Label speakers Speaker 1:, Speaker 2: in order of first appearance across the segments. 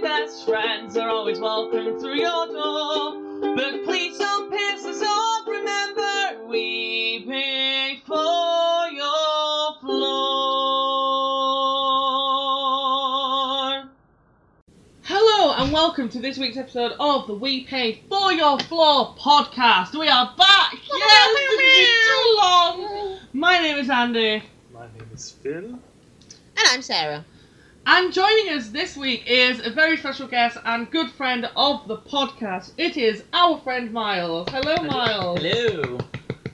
Speaker 1: best friends are always welcome through your door. But please don't pass us on. Remember, we pay for your floor. Hello and welcome to this week's episode of the We Pay for Your Floor podcast. We are back. Yes, this is too long. My name is Andy.
Speaker 2: My name is Phil.
Speaker 3: And I'm Sarah.
Speaker 1: And joining us this week is a very special guest and good friend of the podcast. It is our friend Miles. Hello, Miles.
Speaker 4: Hello.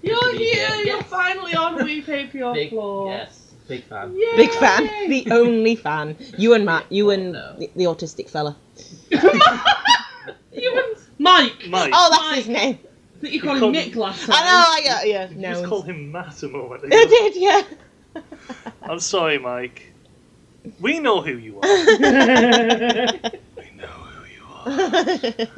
Speaker 1: You're
Speaker 4: Good to be
Speaker 1: here.
Speaker 4: here,
Speaker 1: You're
Speaker 4: yes.
Speaker 1: finally on We Pay for Your
Speaker 4: Big,
Speaker 1: Floor.
Speaker 4: yes, big fan.
Speaker 1: Yay.
Speaker 3: Big fan. The only fan. You and Matt. You and
Speaker 4: No.
Speaker 3: the, the autistic fella.
Speaker 1: you and Mike.
Speaker 2: Mike.
Speaker 3: Oh, that's his name.
Speaker 1: That you call
Speaker 2: Come.
Speaker 1: him Nick last time.
Speaker 3: I know. I, yeah.
Speaker 2: Did you just
Speaker 3: No.
Speaker 2: call
Speaker 3: one's-
Speaker 2: him Matt a moment
Speaker 3: I
Speaker 2: ago?
Speaker 3: did. Yeah.
Speaker 2: I'm sorry, Mike. We know who you are. we know who you are.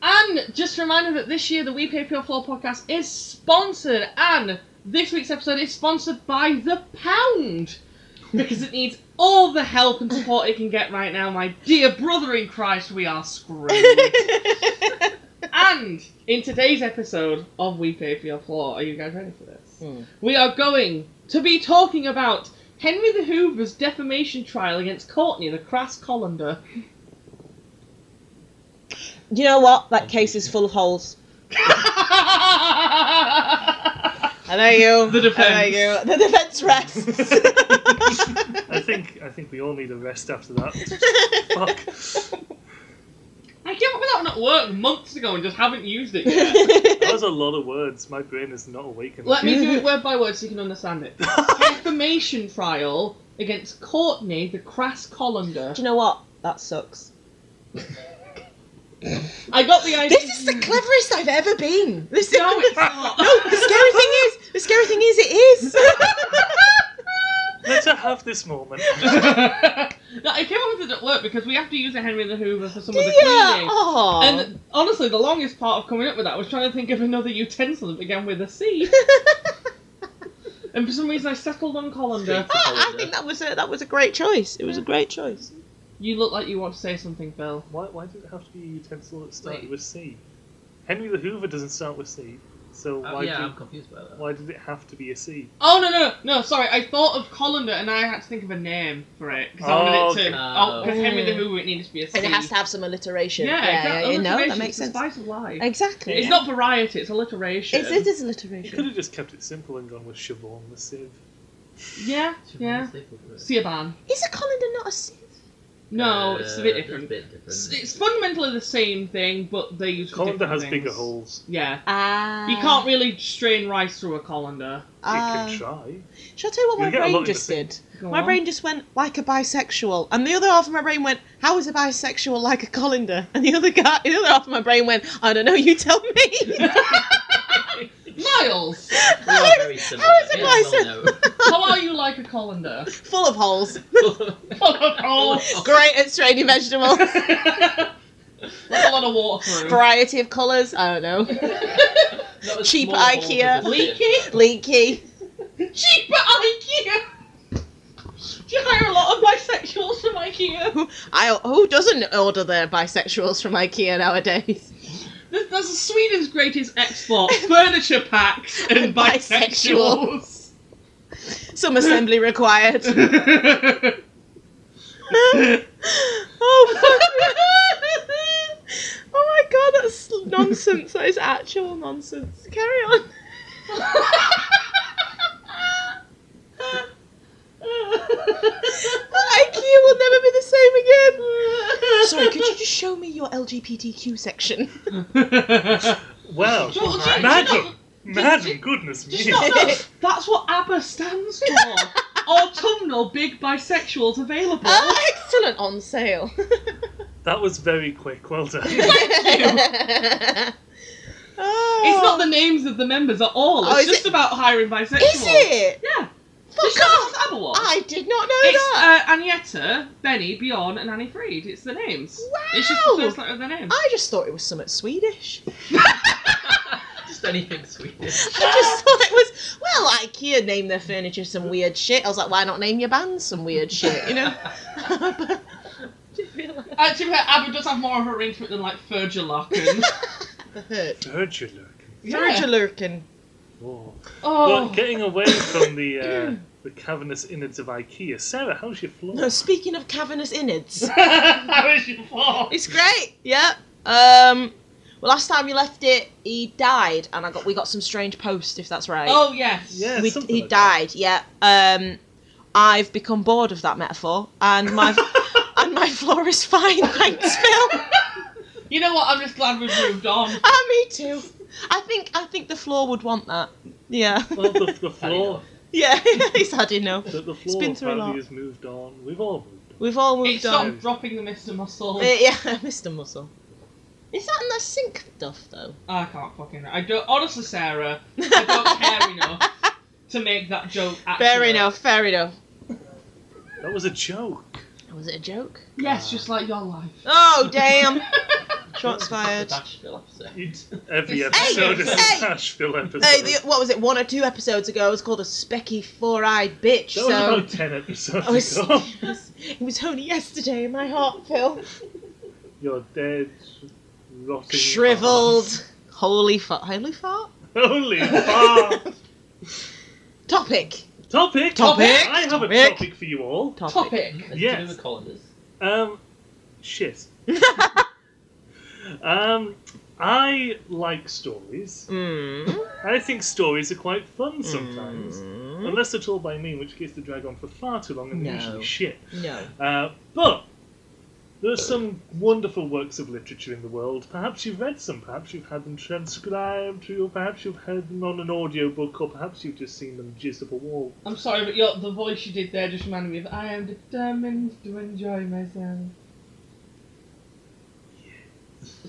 Speaker 1: And just a reminder that this year the We Pay for Your Floor podcast is sponsored, and this week's episode is sponsored by The Pound because it needs all the help and support it can get right now. My dear brother in Christ, we are screwed. and in today's episode of We Pay for Your Floor, are you guys ready for this?
Speaker 3: Hmm.
Speaker 1: We are going to be talking about Henry the Hoover's defamation trial against Courtney the Crass Colander.
Speaker 3: you know what? That case is full of holes. I know you.
Speaker 1: The
Speaker 3: I know you. The defense rests.
Speaker 2: I think I think we all need a rest after that. Fuck.
Speaker 1: I came up with that one at work months ago and just haven't used it yet.
Speaker 2: That was a lot of words. My brain is not awakened.
Speaker 1: Let me do it word by word so you can understand it. Defamation trial against Courtney the Crass Colander.
Speaker 3: Do you know what? That sucks.
Speaker 1: I got the idea.
Speaker 3: This is the cleverest I've ever been. This is
Speaker 1: Mm. No, it's not.
Speaker 3: No, the scary thing is, the scary thing is, it is.
Speaker 2: Let her have this moment.
Speaker 1: no, I came up with it at work because we have to use a Henry the Hoover for some of the
Speaker 3: yeah.
Speaker 1: cleaning.
Speaker 3: aw.
Speaker 1: And honestly, the longest part of coming up with that was trying to think of another utensil that began with a C. and for some reason, I settled on colander.
Speaker 4: Straight.
Speaker 3: I, I think that was a that was a great choice. It was a great choice.
Speaker 1: You look like you want to say something, Phil.
Speaker 2: Why, why did it have to be a utensil that started
Speaker 4: Wait.
Speaker 2: with C? Henry the Hoover doesn't start with C, so
Speaker 4: Oh,
Speaker 2: why
Speaker 4: yeah, I'm
Speaker 2: did,
Speaker 4: confused by that.
Speaker 2: why did it have to be a C?
Speaker 1: Oh no no no! Sorry, I thought of colander and I had to think of a name for it because I wanted it to.
Speaker 2: Okay.
Speaker 1: Oh, because Henry the
Speaker 3: Mm.
Speaker 1: Hoover, it needed to be a C.
Speaker 3: And it has to have some alliteration.
Speaker 1: Yeah, exactly.
Speaker 3: you know,
Speaker 1: alliteration,
Speaker 3: that makes
Speaker 1: it's the
Speaker 3: sense.
Speaker 1: Spice of life.
Speaker 3: Exactly.
Speaker 1: It's
Speaker 3: yeah.
Speaker 1: not variety; it's alliteration.
Speaker 3: It's, it is
Speaker 2: You could
Speaker 3: alliteration.
Speaker 2: have just kept it simple and gone with Siobhan the Sieve.
Speaker 1: Yeah, yeah. Siobhan.
Speaker 3: Is a colander not a sieve?
Speaker 1: No, it's a bit
Speaker 4: It's Uh, a
Speaker 1: different.
Speaker 4: bit
Speaker 1: It's,
Speaker 4: different.
Speaker 1: it's fundamentally the same thing, but they use. for
Speaker 2: Colander
Speaker 1: different
Speaker 2: has
Speaker 1: things.
Speaker 2: bigger holes.
Speaker 1: Yeah.
Speaker 3: Ah.
Speaker 1: You can't really strain rice through a colander.
Speaker 3: Ah.
Speaker 2: you can try.
Speaker 3: Shall I tell you what
Speaker 2: You
Speaker 3: my
Speaker 2: get a lot
Speaker 3: brain
Speaker 2: of
Speaker 3: just
Speaker 2: different
Speaker 3: did?
Speaker 1: Go
Speaker 3: My
Speaker 1: on.
Speaker 3: brain just went like a bisexual, and the other half of my brain went, "How is a bisexual like a colander?" And the other guy, the other half of my brain went, "I don't know. You tell me."
Speaker 1: Miles,
Speaker 4: We are very similar.
Speaker 3: how is it
Speaker 4: we all
Speaker 1: how are you like a colander?
Speaker 3: Full of holes.
Speaker 4: know.
Speaker 1: Oh,
Speaker 3: Great at straining vegetables.
Speaker 1: That's a lot of water through.
Speaker 3: Variety of colours. I don't know.
Speaker 4: Not as
Speaker 3: Cheap
Speaker 4: small holes
Speaker 3: IKEA.
Speaker 4: as a
Speaker 1: Leaky,
Speaker 4: sieve.
Speaker 3: Leaky.
Speaker 1: cheap at IKEA. Do you hire a lot of bisexuals from IKEA?
Speaker 3: I who doesn't order their bisexuals from IKEA nowadays?
Speaker 1: There's, there's Sweden's greatest export: furniture packs and bisexuals.
Speaker 3: Some assembly required. oh, fuck. oh my god, that's nonsense. That is actual nonsense. Carry on. IKEA will never be the same again. Sorry, could you just show me your LGBTQ section?
Speaker 1: Well,
Speaker 2: Well,
Speaker 1: do you- do you
Speaker 2: madam,
Speaker 1: not-
Speaker 2: madam, goodness
Speaker 1: Do
Speaker 2: me.
Speaker 1: you not know that's what ABBA stands for? Autumnal Big Bisexuals Available.
Speaker 3: Oh, excellent on sale.
Speaker 2: That was very quick. Well done.
Speaker 3: oh.
Speaker 1: It's not the names of the members at all. It's
Speaker 3: Oh, is
Speaker 1: just about hiring bisexuals.
Speaker 3: Is it?
Speaker 1: Yeah.
Speaker 3: Fuck
Speaker 1: Just
Speaker 3: off!
Speaker 1: ABBA was.
Speaker 3: I did not know
Speaker 1: It's
Speaker 3: that.
Speaker 1: uh, Agneta, Benny, Bjorn, and Annie Freed. It's the names. It's just the
Speaker 3: Wow. Oh,
Speaker 1: first letter of their name.
Speaker 3: I just thought it was something Swedish.
Speaker 4: Just anything Swedish.
Speaker 3: I just thought it was well, IKEA named their furniture some weird shit. I was like, why not name your band some weird shit? You know. But-
Speaker 1: Actually, Abba does have more of a ring to it than like Fergalurkin.
Speaker 3: The hurt.
Speaker 2: Virgil.
Speaker 3: Virgil Lurkin.
Speaker 2: Oh.
Speaker 1: Oh,
Speaker 2: But getting away from the uh, the cavernous innards of IKEA, Sarah, how's your floor?
Speaker 3: No, speaking of cavernous innards,
Speaker 1: how is your floor?
Speaker 3: it's great. Yeah. Um. Well, last time we left it, he died, and I got we got some strange post, if that's right.
Speaker 1: Oh yes.
Speaker 2: Yeah,
Speaker 3: we,
Speaker 2: something
Speaker 3: he
Speaker 2: like that.
Speaker 3: died. Yeah. Um, I've become bored of that metaphor, and my and my floor is fine. Thanks, Phil.
Speaker 1: You know what? I'm just glad we've moved on.
Speaker 3: Ah, me too. I think I think the floor would want that. Yeah.
Speaker 2: Well, the, the floor,
Speaker 3: yeah. He's had enough.
Speaker 2: the, the floor
Speaker 3: been through a
Speaker 2: apparently
Speaker 3: lot.
Speaker 2: has moved on. We've all moved on.
Speaker 3: We've all moved
Speaker 1: It's
Speaker 3: on.
Speaker 1: not dropping the Mr. Muscle.
Speaker 3: Uh, yeah, Mr. Muscle. Is that in the sink stuff though?
Speaker 1: I can't fucking. I don't. Honestly, Sarah, I don't care enough to make that joke. Accurate.
Speaker 3: Fair enough. Fair enough.
Speaker 2: That was a joke.
Speaker 3: Was it a joke?
Speaker 1: Yes, just like your life.
Speaker 3: Oh damn! Shots fired.
Speaker 4: Nashville episode.
Speaker 2: You- Every
Speaker 1: Hey,
Speaker 2: episode is
Speaker 3: hey.
Speaker 2: a Nashville episode.
Speaker 3: Hey, the, what was it? One or two episodes ago, it was called a specky four-eyed bitch.
Speaker 2: that was
Speaker 3: so
Speaker 2: about ten episodes
Speaker 3: I was-
Speaker 2: ago.
Speaker 3: it was- it was only yesterday in my heart, Phil.
Speaker 2: You're dead, rotting,
Speaker 3: Shriveled. Holy fart. Holy fart?
Speaker 2: corpse. Holy fuck.
Speaker 3: Topic.
Speaker 2: topic.
Speaker 3: Topic.
Speaker 2: I have a
Speaker 3: Topic.
Speaker 2: topic for you all.
Speaker 1: Topic.
Speaker 4: It's
Speaker 2: Yes.
Speaker 4: to do with colanders.
Speaker 2: Um, shit. um, I like stories.
Speaker 3: Mm.
Speaker 2: I think stories are quite
Speaker 3: Hmm.
Speaker 2: fun sometimes. Unless they're told by me, in which case they drag on for far too long and they're
Speaker 3: No.
Speaker 2: usually shit.
Speaker 3: No.
Speaker 2: Uh, but there are some wonderful works of literature in the world. Perhaps you've read some, perhaps you've had them transcribed, or perhaps you've heard them on an audiobook, or perhaps you've just seen them jizzed up a wall.
Speaker 1: I'm sorry, but your, the voice you did there just reminded me of I am determined to enjoy myself.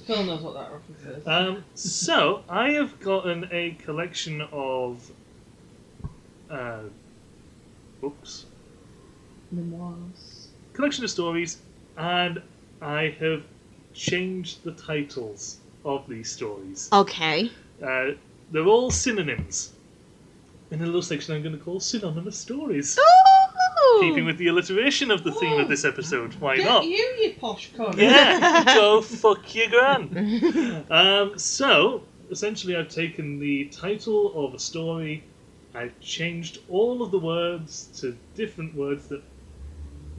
Speaker 1: Phil knows what that reference is.
Speaker 2: Um, so I have gotten a collection of uh, books,
Speaker 1: Memoirs.
Speaker 2: collection of stories, and I have changed the titles of these stories.
Speaker 3: Okay.
Speaker 2: Uh, they're all synonyms. In a little section, I'm going to call synonymous stories.
Speaker 3: Ooh.
Speaker 2: Keeping with the alliteration of the theme of this episode, why
Speaker 1: Get
Speaker 2: not?
Speaker 1: you, you posh cunt.
Speaker 2: Yeah, go fuck your gran. Um, so, essentially, I've taken the title of a story, I've changed all of the words to different words that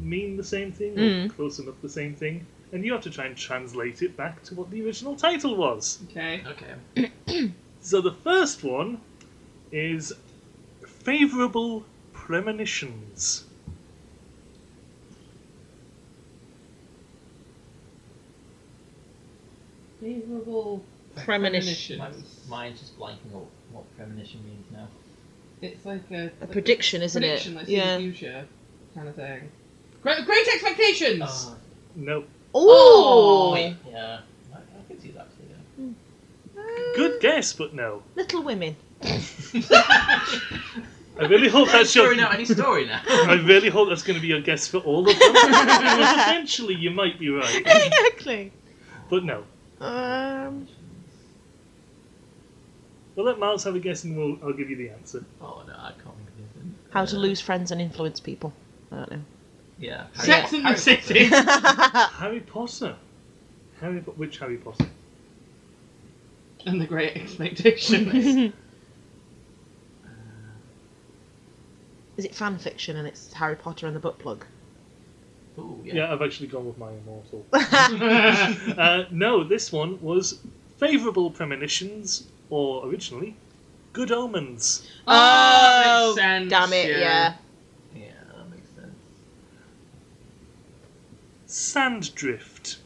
Speaker 2: mean the same thing, or
Speaker 3: Mm.
Speaker 2: close enough the same thing, and you have to try and translate it back to what the original title was.
Speaker 1: Okay.
Speaker 4: Okay.
Speaker 2: So, the first one is Favourable Premonitions.
Speaker 1: Favourable
Speaker 3: Premonition.
Speaker 4: My,
Speaker 1: premonitions.
Speaker 4: mine's just blanking out what premonition means now.
Speaker 1: It's like a,
Speaker 3: A prediction, isn't
Speaker 1: prediction,
Speaker 3: it?
Speaker 1: Like yeah.
Speaker 3: Yeah.
Speaker 1: the future kind of thing. Great, great expectations.
Speaker 2: Uh.
Speaker 4: Oh,
Speaker 2: No,
Speaker 1: Oh.
Speaker 3: Ooh.
Speaker 4: yeah. I, I can see that actually. Yeah.
Speaker 2: good guess, but no.
Speaker 3: Little Women.
Speaker 2: I really hope that's your.
Speaker 4: Sorry, now any story now.
Speaker 2: I really hope that's going to be your guess for all of them. Because Eventually, you might be right,
Speaker 3: exactly.
Speaker 2: but no.
Speaker 3: Um.
Speaker 2: We'll let Miles have a guess, and we'll, I'll give you the answer.
Speaker 4: oh no, I can't think of anything.
Speaker 3: How to
Speaker 4: Uh,
Speaker 3: lose friends and influence people. I don't know.
Speaker 4: Yeah.
Speaker 1: Sex
Speaker 4: Harry
Speaker 1: and the
Speaker 4: Potter.
Speaker 1: City.
Speaker 2: Harry Potter. Harry, Po- which Harry Potter?
Speaker 1: and the great expectations.
Speaker 3: Is it fan fiction and it's Harry Potter and the butt plug?
Speaker 4: Ooh,
Speaker 2: Yeah,
Speaker 4: yeah.
Speaker 2: I've actually gone with my immortal.
Speaker 1: Oh,
Speaker 2: uh, no, this one was favourable premonitions, or originally, good omens.
Speaker 1: that
Speaker 3: Oh,
Speaker 1: makes sense,
Speaker 3: Damn it, yeah.
Speaker 4: Yeah, that makes sense.
Speaker 2: Sand drift.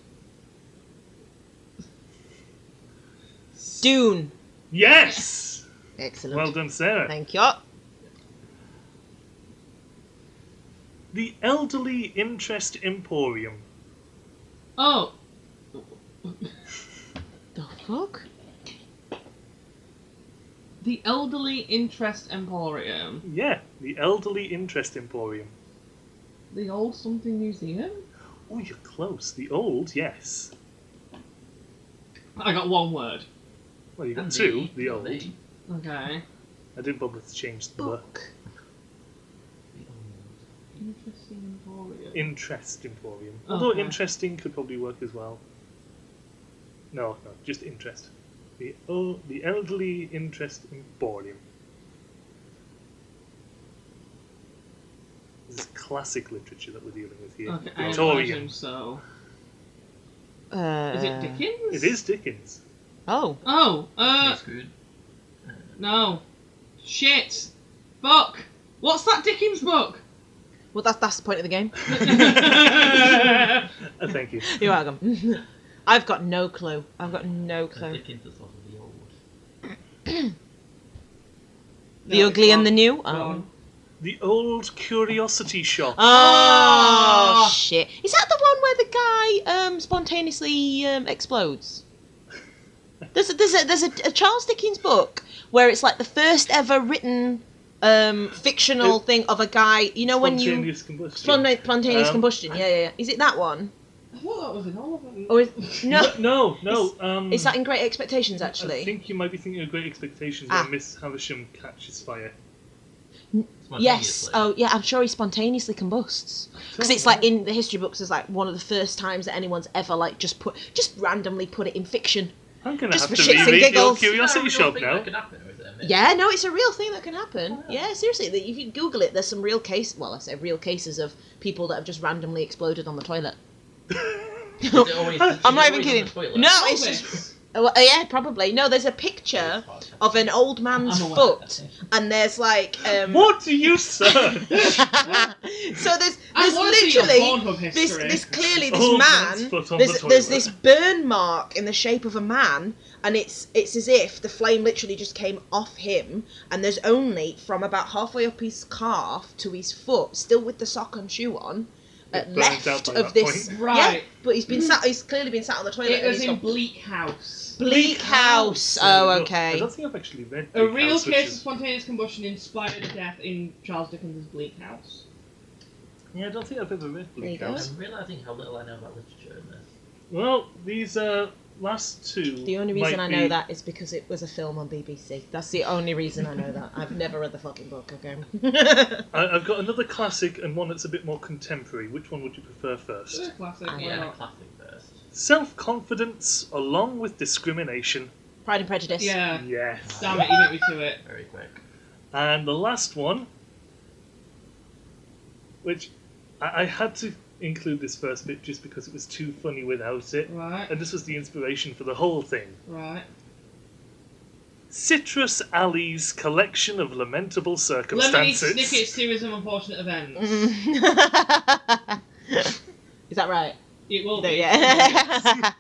Speaker 3: Dune.
Speaker 2: Yes.
Speaker 3: Excellent.
Speaker 2: Well done, Sarah.
Speaker 3: Thank you. Oh,
Speaker 2: The elderly interest emporium.
Speaker 1: Oh,
Speaker 3: The fuck?
Speaker 1: the elderly interest emporium,
Speaker 2: Yeah, the elderly interest emporium.
Speaker 1: the old something museum.
Speaker 2: Oh, you're close. The old, yes.
Speaker 1: I got one word.
Speaker 2: Well, you got
Speaker 4: And
Speaker 2: two. The old.
Speaker 4: The,
Speaker 1: Okay.
Speaker 2: I didn't bother to change the.
Speaker 3: Book.
Speaker 4: the old.
Speaker 1: Interesting emporium.
Speaker 2: interest emporium. Although
Speaker 1: Oh, Okay.
Speaker 2: interesting could probably work as well. No, no, just interest. The oh, the elderly interest emporium. This is classic literature that we're dealing with here.
Speaker 1: Okay, I
Speaker 2: Victorian.
Speaker 1: imagine so.
Speaker 3: Uh,
Speaker 1: Is it Dickens?
Speaker 2: It is Dickens.
Speaker 3: Oh.
Speaker 1: Oh, uh,
Speaker 4: That's good. Uh,
Speaker 1: no. Shit. Fuck. What's that Dickens book?
Speaker 3: Well, that's, that's the point of the game.
Speaker 2: Uh, thank you.
Speaker 3: You're welcome. I've got no clue. I've got no
Speaker 4: Uh,
Speaker 3: clue.
Speaker 4: Dickens is sort of the old.
Speaker 3: The
Speaker 1: No,
Speaker 3: ugly
Speaker 1: it's
Speaker 3: and the
Speaker 1: wrong.
Speaker 3: new?
Speaker 1: Wrong.
Speaker 3: Oh.
Speaker 2: The old curiosity shop.
Speaker 3: Oh,
Speaker 1: Ah.
Speaker 3: shit. Is that the one where the guy um, spontaneously um, explodes? There's a, there's a, there's a, a Charles Dickens book where it's like the first ever written um, fictional
Speaker 2: It-
Speaker 3: thing of a guy. You know when you
Speaker 2: Spontaneous combustion.
Speaker 3: Spontaneous, spontaneous
Speaker 2: Um,
Speaker 3: combustion. Yeah, yeah, yeah. Is it that one?
Speaker 1: I thought that was an Oliver.
Speaker 3: Or is, no?
Speaker 2: no, no. um,
Speaker 3: Is that in Great Expectations? Actually,
Speaker 2: I think you might be thinking of Great Expectations
Speaker 3: Ah.
Speaker 2: where Miss Havisham catches fire.
Speaker 3: yes.
Speaker 4: Spontaneously.
Speaker 3: Oh, yeah. I'm sure he spontaneously combusts because it's like in the history books. It's like one of the first times that anyone's ever like just put just randomly put it in fiction.
Speaker 2: I'm gonna
Speaker 3: just
Speaker 2: have
Speaker 3: for
Speaker 2: to
Speaker 3: shits and
Speaker 2: reread the
Speaker 3: giggles.
Speaker 2: old Curiosity
Speaker 4: Is that a real
Speaker 2: Shop
Speaker 4: thing
Speaker 2: now.
Speaker 4: That could happen, or is it a myth?
Speaker 3: Yeah, no, it's a real thing that can happen. Yeah, seriously, that you can Google it. There's some real case. Well, I say real cases of people that have just randomly exploded on the toilet.
Speaker 4: Is it always- is it
Speaker 3: I'm not even
Speaker 4: always on
Speaker 3: kidding.
Speaker 4: the toilet?
Speaker 3: No,
Speaker 1: Oh,
Speaker 3: it's
Speaker 1: this.
Speaker 3: just Oh, well, yeah, probably. No, there's a
Speaker 4: Yeah,
Speaker 3: picture
Speaker 4: it's hard.
Speaker 3: of an old man's
Speaker 4: I'm aware of that,
Speaker 3: foot,
Speaker 4: yeah.
Speaker 3: and there's like um,
Speaker 2: What do you say?
Speaker 3: so there's
Speaker 1: I
Speaker 3: there's
Speaker 1: want to see your
Speaker 3: literally
Speaker 1: Pornhub
Speaker 3: this
Speaker 1: history.
Speaker 3: this clearly this
Speaker 2: Old man's
Speaker 3: man
Speaker 2: foot on the
Speaker 3: there's, there's
Speaker 2: toilet.
Speaker 3: this burn mark in the shape of a man and it's it's as if the flame literally just came off him and there's only from about halfway up his calf to his foot still with the sock and shoe on uh,
Speaker 2: It burns out
Speaker 3: left
Speaker 2: by
Speaker 3: of
Speaker 2: that
Speaker 3: this
Speaker 2: point.
Speaker 1: Right.
Speaker 3: yeah, but he's been sat he's clearly been sat on the toilet
Speaker 1: It
Speaker 3: and
Speaker 1: was
Speaker 3: he's
Speaker 1: in
Speaker 3: gone,
Speaker 1: Bleak House.
Speaker 3: bleak house oh
Speaker 2: I
Speaker 3: okay
Speaker 2: don't think I've actually read
Speaker 1: A
Speaker 2: Bleak
Speaker 1: real
Speaker 2: House, which
Speaker 1: case of
Speaker 2: is-
Speaker 1: spontaneous combustion inspired the death in Charles Dickens' Bleak House.
Speaker 2: Yeah, I don't think I've ever read Bleak
Speaker 3: There you go.
Speaker 2: House.
Speaker 4: I'm realizing how little I know about literature in this.
Speaker 2: Well, these uh, last two.
Speaker 3: The only reason
Speaker 2: might
Speaker 3: I know
Speaker 2: be-
Speaker 3: that is because it was a film on BBC. That's the only reason I know that. I've never read the fucking book, okay?
Speaker 2: I, I've got another classic and one that's a bit more contemporary. Which one would you prefer first?
Speaker 1: Classic.
Speaker 3: I
Speaker 1: why
Speaker 4: Yeah,
Speaker 1: not?
Speaker 4: classic first.
Speaker 2: Self confidence along with discrimination.
Speaker 3: Pride and Prejudice.
Speaker 1: Yeah.
Speaker 2: Yes.
Speaker 1: Damn it, you beat me to it.
Speaker 4: Very quick.
Speaker 2: And the last one, which I, I had to include this first bit just because it was too funny without it,
Speaker 1: Right,
Speaker 2: and this was the inspiration for the whole thing.
Speaker 1: right.
Speaker 2: Citrus Alley's collection of lamentable
Speaker 1: Lemonade
Speaker 2: circumstances.
Speaker 1: snippets, series of unfortunate events.
Speaker 3: Mm-hmm. Mm. is that right?
Speaker 1: It will
Speaker 3: No,
Speaker 1: be.
Speaker 3: yeah.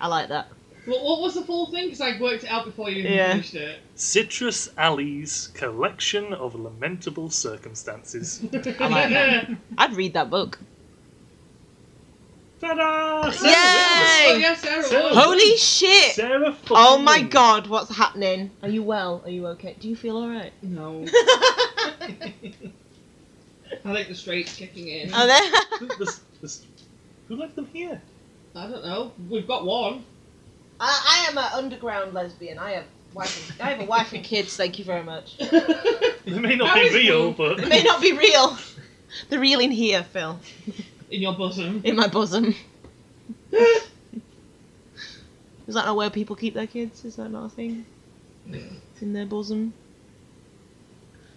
Speaker 3: I like that.
Speaker 1: Well, what was the full thing? Because I worked it out before you even
Speaker 3: Yeah.
Speaker 1: finished it.
Speaker 2: Citrus Alley's collection of lamentable circumstances.
Speaker 3: I like that. I'd read that book.
Speaker 2: Ta-da! Sarah
Speaker 1: Oh,
Speaker 3: Yay!
Speaker 1: yeah, Sarah.
Speaker 2: So-
Speaker 1: was.
Speaker 3: Holy
Speaker 2: wins.
Speaker 3: shit!
Speaker 2: Sarah fucking
Speaker 3: Oh my
Speaker 2: wins.
Speaker 3: god, what's happening? Are you well? Are you okay? Do you feel alright?
Speaker 1: No. I think the straight's kicking in.
Speaker 3: Are there?
Speaker 2: Who- this- this- who left them here?
Speaker 1: I don't know. We've got one.
Speaker 3: I, I am an underground lesbian. I have wife. And, I have a wife and kids. Thank you very much.
Speaker 1: in
Speaker 2: They may not
Speaker 1: That
Speaker 2: be
Speaker 1: was
Speaker 2: real,
Speaker 1: blue.
Speaker 3: It
Speaker 2: but
Speaker 3: may not be real. The real in here, Phil,
Speaker 1: your bosom.
Speaker 3: in my bosom. Is that not where people keep their kids? Is that not a thing? It's in their bosom.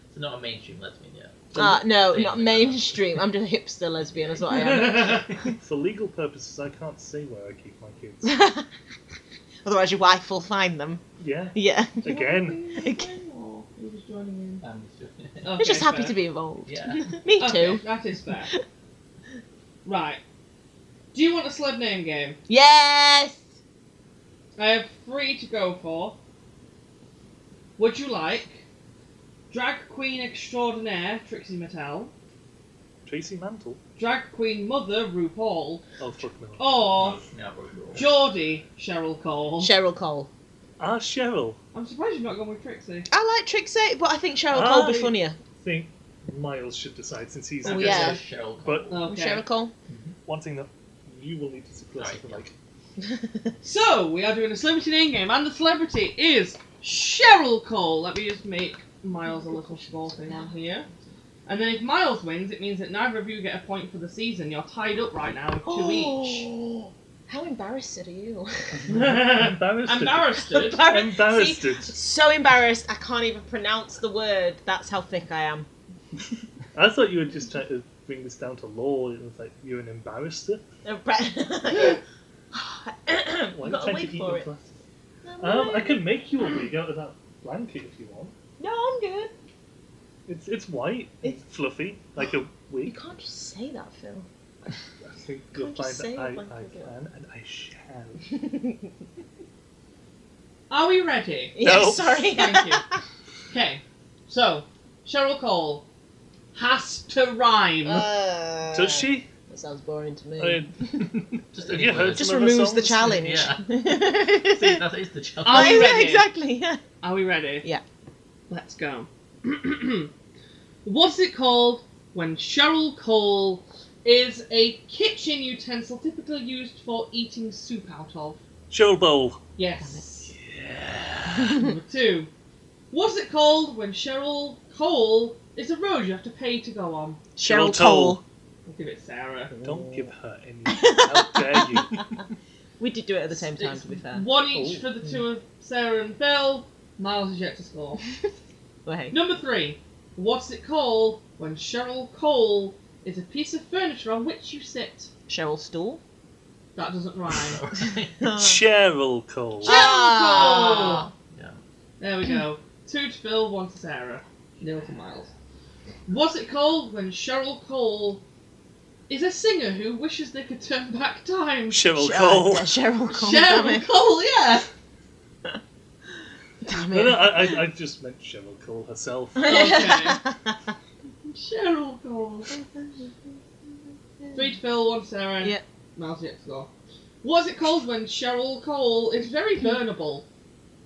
Speaker 4: It's not a mainstream lesbian yet.
Speaker 3: Uh, no, not mainstream. I'm just a hipster lesbian. That's what I am.
Speaker 2: for legal purposes, I can't say where I keep my kids.
Speaker 3: Otherwise, your wife will find them.
Speaker 2: Yeah,
Speaker 3: Yeah,
Speaker 2: again.
Speaker 4: I'm just joking.
Speaker 1: Okay,
Speaker 3: we're just happy
Speaker 1: fair.
Speaker 3: to be involved.
Speaker 4: Yeah.
Speaker 3: Me too.
Speaker 1: Okay, that is fair. right. Do you want a sled name game?
Speaker 3: Yes.
Speaker 1: I have three to go for. Would you like drag queen extraordinaire Trixie Mattel,
Speaker 2: Tracy Mantle.
Speaker 1: drag queen mother RuPaul,
Speaker 2: Oh fuck no.
Speaker 3: Oh.
Speaker 1: or
Speaker 4: No, we're-
Speaker 1: Geordie Cheryl Cole?
Speaker 3: Cheryl Cole.
Speaker 2: Ah, Cheryl.
Speaker 1: I'm surprised you've not gone with Trixie.
Speaker 3: I like Trixie, but I think Cheryl Cole would be
Speaker 2: I-
Speaker 3: funnier.
Speaker 2: Think Miles should decide since he's
Speaker 3: Oh,
Speaker 2: a
Speaker 3: yeah.
Speaker 2: guest.
Speaker 4: Just Cheryl
Speaker 2: But-
Speaker 4: Cole.
Speaker 1: Okay.
Speaker 3: Cheryl Cole.
Speaker 2: One thing that you will need to suppress
Speaker 4: Sorry,
Speaker 2: if you
Speaker 4: yeah.
Speaker 2: like.
Speaker 1: So we are doing a celebrity name game, and the celebrity is Cheryl Cole. Let me just make Miles a little small thing on here. And then if Miles wins, it means that neither of you get a point for the season. You're tied up right now with two
Speaker 3: Oh.
Speaker 1: each.
Speaker 3: How embarrassed are you?
Speaker 2: Embarrassed.
Speaker 1: Embarrassed.
Speaker 2: Embarrassed.
Speaker 3: so embarrassed, I can't even pronounce the word. That's how thick I am.
Speaker 2: I thought you were just trying to bring this down to law. It was like you're an embarrasser.
Speaker 3: Uh, pre- Yeah.
Speaker 2: Why
Speaker 3: you
Speaker 2: are you
Speaker 3: got a wig
Speaker 2: trying to eat
Speaker 3: for
Speaker 2: your
Speaker 3: it.
Speaker 2: plastic? Um, I can make you a wig out of that blanket if you want.
Speaker 3: No, I'm good.
Speaker 2: It's it's white,
Speaker 3: It's-
Speaker 2: fluffy, like a
Speaker 3: You
Speaker 2: wig.
Speaker 3: can't just say that, Phil.
Speaker 2: I think you'll
Speaker 3: can't just
Speaker 2: find
Speaker 3: say
Speaker 2: that I,
Speaker 3: blanket
Speaker 2: I
Speaker 3: again.
Speaker 2: can and I shall.
Speaker 1: Are we ready?
Speaker 3: yeah,
Speaker 2: No.
Speaker 3: sorry.
Speaker 1: Thank you. Okay, so Cheryl Cole has to rhyme.
Speaker 3: Uh,
Speaker 2: Does she?
Speaker 3: That sounds boring to me.
Speaker 2: I-
Speaker 4: Just
Speaker 2: Have you
Speaker 4: anywhere.
Speaker 2: heard
Speaker 3: just
Speaker 2: some of her
Speaker 3: removes the
Speaker 2: songs?
Speaker 3: challenge.
Speaker 4: Yeah. See, that is the
Speaker 3: Oh,
Speaker 4: challenge.
Speaker 1: Are we
Speaker 3: yeah,
Speaker 1: ready?
Speaker 3: exactly. Yeah.
Speaker 1: Are we ready?
Speaker 3: Yeah.
Speaker 1: Let's go. What's it called when Cheryl Cole is a kitchen utensil typically used for eating soup out of?
Speaker 2: Cheryl Bowl.
Speaker 1: Yes. Number two. What's it called when Cheryl Cole is a road you have to pay to go on?
Speaker 2: Cheryl
Speaker 3: Cheryl Cole.
Speaker 2: Cole.
Speaker 1: I'll give it Sarah.
Speaker 2: Don't give her any. How dare you?
Speaker 3: We did do it at the same time,
Speaker 1: It's
Speaker 3: to be fair. Mm.
Speaker 1: One each
Speaker 2: Oh.
Speaker 1: for the two of Sarah and Phil. Miles is yet to score.
Speaker 3: Well, hey.
Speaker 1: Number three. What's it called when Cheryl Cole is a piece of furniture on which you sit?
Speaker 3: Cheryl Stool.
Speaker 1: That doesn't rhyme.
Speaker 3: Uh.
Speaker 2: Cheryl Cole.
Speaker 1: Cheryl
Speaker 3: Ah.
Speaker 1: Cole!
Speaker 4: Yeah.
Speaker 1: There we go. Two to Phil, one to Sarah. Nil to Miles. What's it called when Cheryl Cole is a singer who wishes they could turn back time?
Speaker 2: Cheryl
Speaker 3: Sh-
Speaker 2: Cole.
Speaker 3: uh, Cheryl Cole. Damn
Speaker 1: Cheryl
Speaker 3: it.
Speaker 1: Cole, yeah!
Speaker 3: Damn
Speaker 2: No, no,
Speaker 3: it.
Speaker 2: I, I, I just meant Cheryl Cole herself. uh,
Speaker 1: Cheryl Cole. Three to Phil, one to Sarah.
Speaker 3: Yeah.
Speaker 1: Miles yet to score. What's it called when Cheryl Cole is very burnable?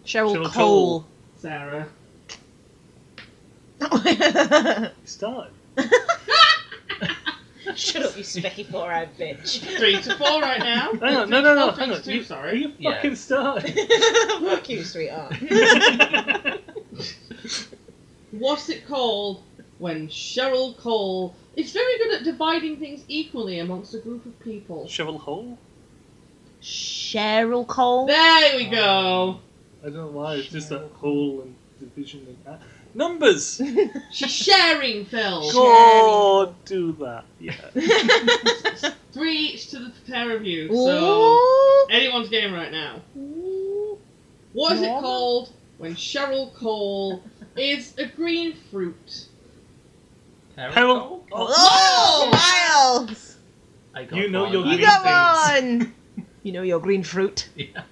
Speaker 3: Cheryl,
Speaker 2: Cheryl
Speaker 3: Cole.
Speaker 1: Sarah.
Speaker 2: Start.
Speaker 3: Shut up, you specky four-eyed bitch.
Speaker 1: Three to four right now.
Speaker 2: Hang on, no, no, no,
Speaker 1: Four to
Speaker 2: hang on.
Speaker 1: two,
Speaker 2: You,
Speaker 1: sorry.
Speaker 2: you
Speaker 4: Yeah.
Speaker 2: fucking start.
Speaker 3: Fuck you, sweetheart.
Speaker 1: What's it called when Cheryl Cole is very good at dividing things equally amongst a group of people?
Speaker 2: Cheryl Hole?
Speaker 3: Cheryl Cole.
Speaker 1: There we go.
Speaker 2: I don't know why, it's just that
Speaker 3: Cheryl
Speaker 2: hole and division and that. Numbers!
Speaker 1: She's sharing, Phil.
Speaker 2: God, do that. Yeah.
Speaker 1: Three each to the pair of you. So
Speaker 3: Ooh.
Speaker 1: anyone's game right now.
Speaker 2: eh,
Speaker 3: Ooh.
Speaker 1: What is it
Speaker 3: Yeah.
Speaker 1: called when Cheryl Cole is a green fruit?
Speaker 2: Cheryl
Speaker 4: Cole?
Speaker 3: Oh, Miles!
Speaker 4: I got
Speaker 2: You know
Speaker 4: one.
Speaker 2: your
Speaker 4: I
Speaker 3: You
Speaker 2: green
Speaker 4: got
Speaker 3: got one! You know your green fruit.
Speaker 4: one. Yeah.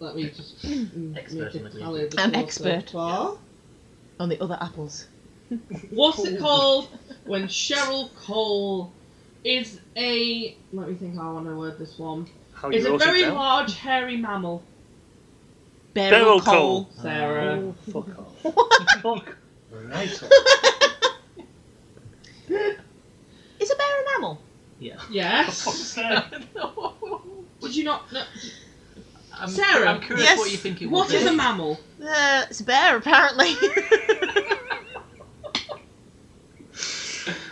Speaker 1: Let me just mm, make
Speaker 4: Expert
Speaker 1: a
Speaker 4: on the green
Speaker 1: tally of the
Speaker 3: I'm
Speaker 1: scores
Speaker 3: expert.
Speaker 1: So far.
Speaker 3: On the other apples.
Speaker 1: What's it called when Cheryl Cole is a? Let me think. how I want to word this one.
Speaker 2: How
Speaker 1: It's
Speaker 2: Oh, you
Speaker 1: a
Speaker 2: wrote it
Speaker 1: very
Speaker 2: down?
Speaker 1: large, hairy mammal,
Speaker 3: Beryl, Cole.
Speaker 1: Sarah.
Speaker 2: Oh, fuck off. Fuck. Right off.
Speaker 3: Is a bear a mammal?
Speaker 4: Yeah.
Speaker 2: Fuck's
Speaker 1: Yes.
Speaker 2: sake.
Speaker 1: Did you not? No.
Speaker 4: I'm,
Speaker 1: Sarah,
Speaker 4: I'm curious
Speaker 3: yes,
Speaker 4: what you think it
Speaker 1: What
Speaker 4: would
Speaker 1: is
Speaker 4: be.
Speaker 1: a mammal?
Speaker 3: Uh, it's a bear, apparently.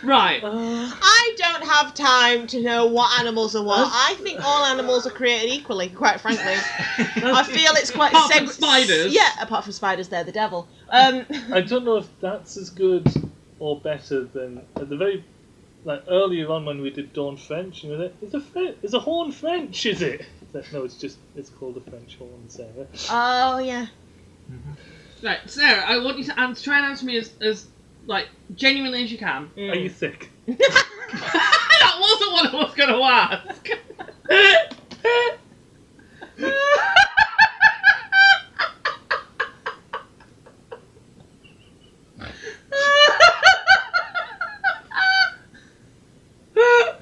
Speaker 1: Right.
Speaker 3: I don't have time to know what animals are what. I think all animals are created equally, quite frankly. I feel it's quite
Speaker 1: Apart from spiders.
Speaker 3: Yeah, apart from spiders, they're the devil. Um,
Speaker 2: I don't know if that's as good or better than at the very like earlier on when we did Dawn French and it is a Fre- is a horn French is it? It's like, no, it's just it's called a French horn, Sarah.
Speaker 3: oh yeah.
Speaker 1: Right, Sarah. I want you to answer, try and answer me as, as like genuinely as you can.
Speaker 2: Are you thick?
Speaker 1: that wasn't what I was going to ask.
Speaker 3: Yeah.